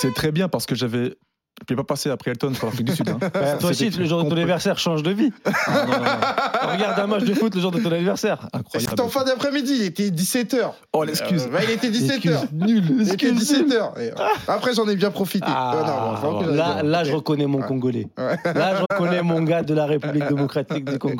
C'est très bien parce que j'avais. Je ne pas passer après Elton pour l'Afrique du Sud. hein. Ben, Bah, toi aussi, C'était le jour de ton complet- anniversaire change de vie. Ah, non, non, non. Regarde un match de foot le jour de ton anniversaire. Incroyable. C'était en Ah fin d'après-midi, il était 17h. Oh, l'excuse. il était 17h. Nul. Il était 17h. euh, Après, j'en ai bien profité. Euh, non, bon, c'est vrai que j'en ai Ah, là, là, bien je profité. reconnais mon Ouais. Congolais. Ouais. Là, je reconnais mon gars de la République démocratique du Congo.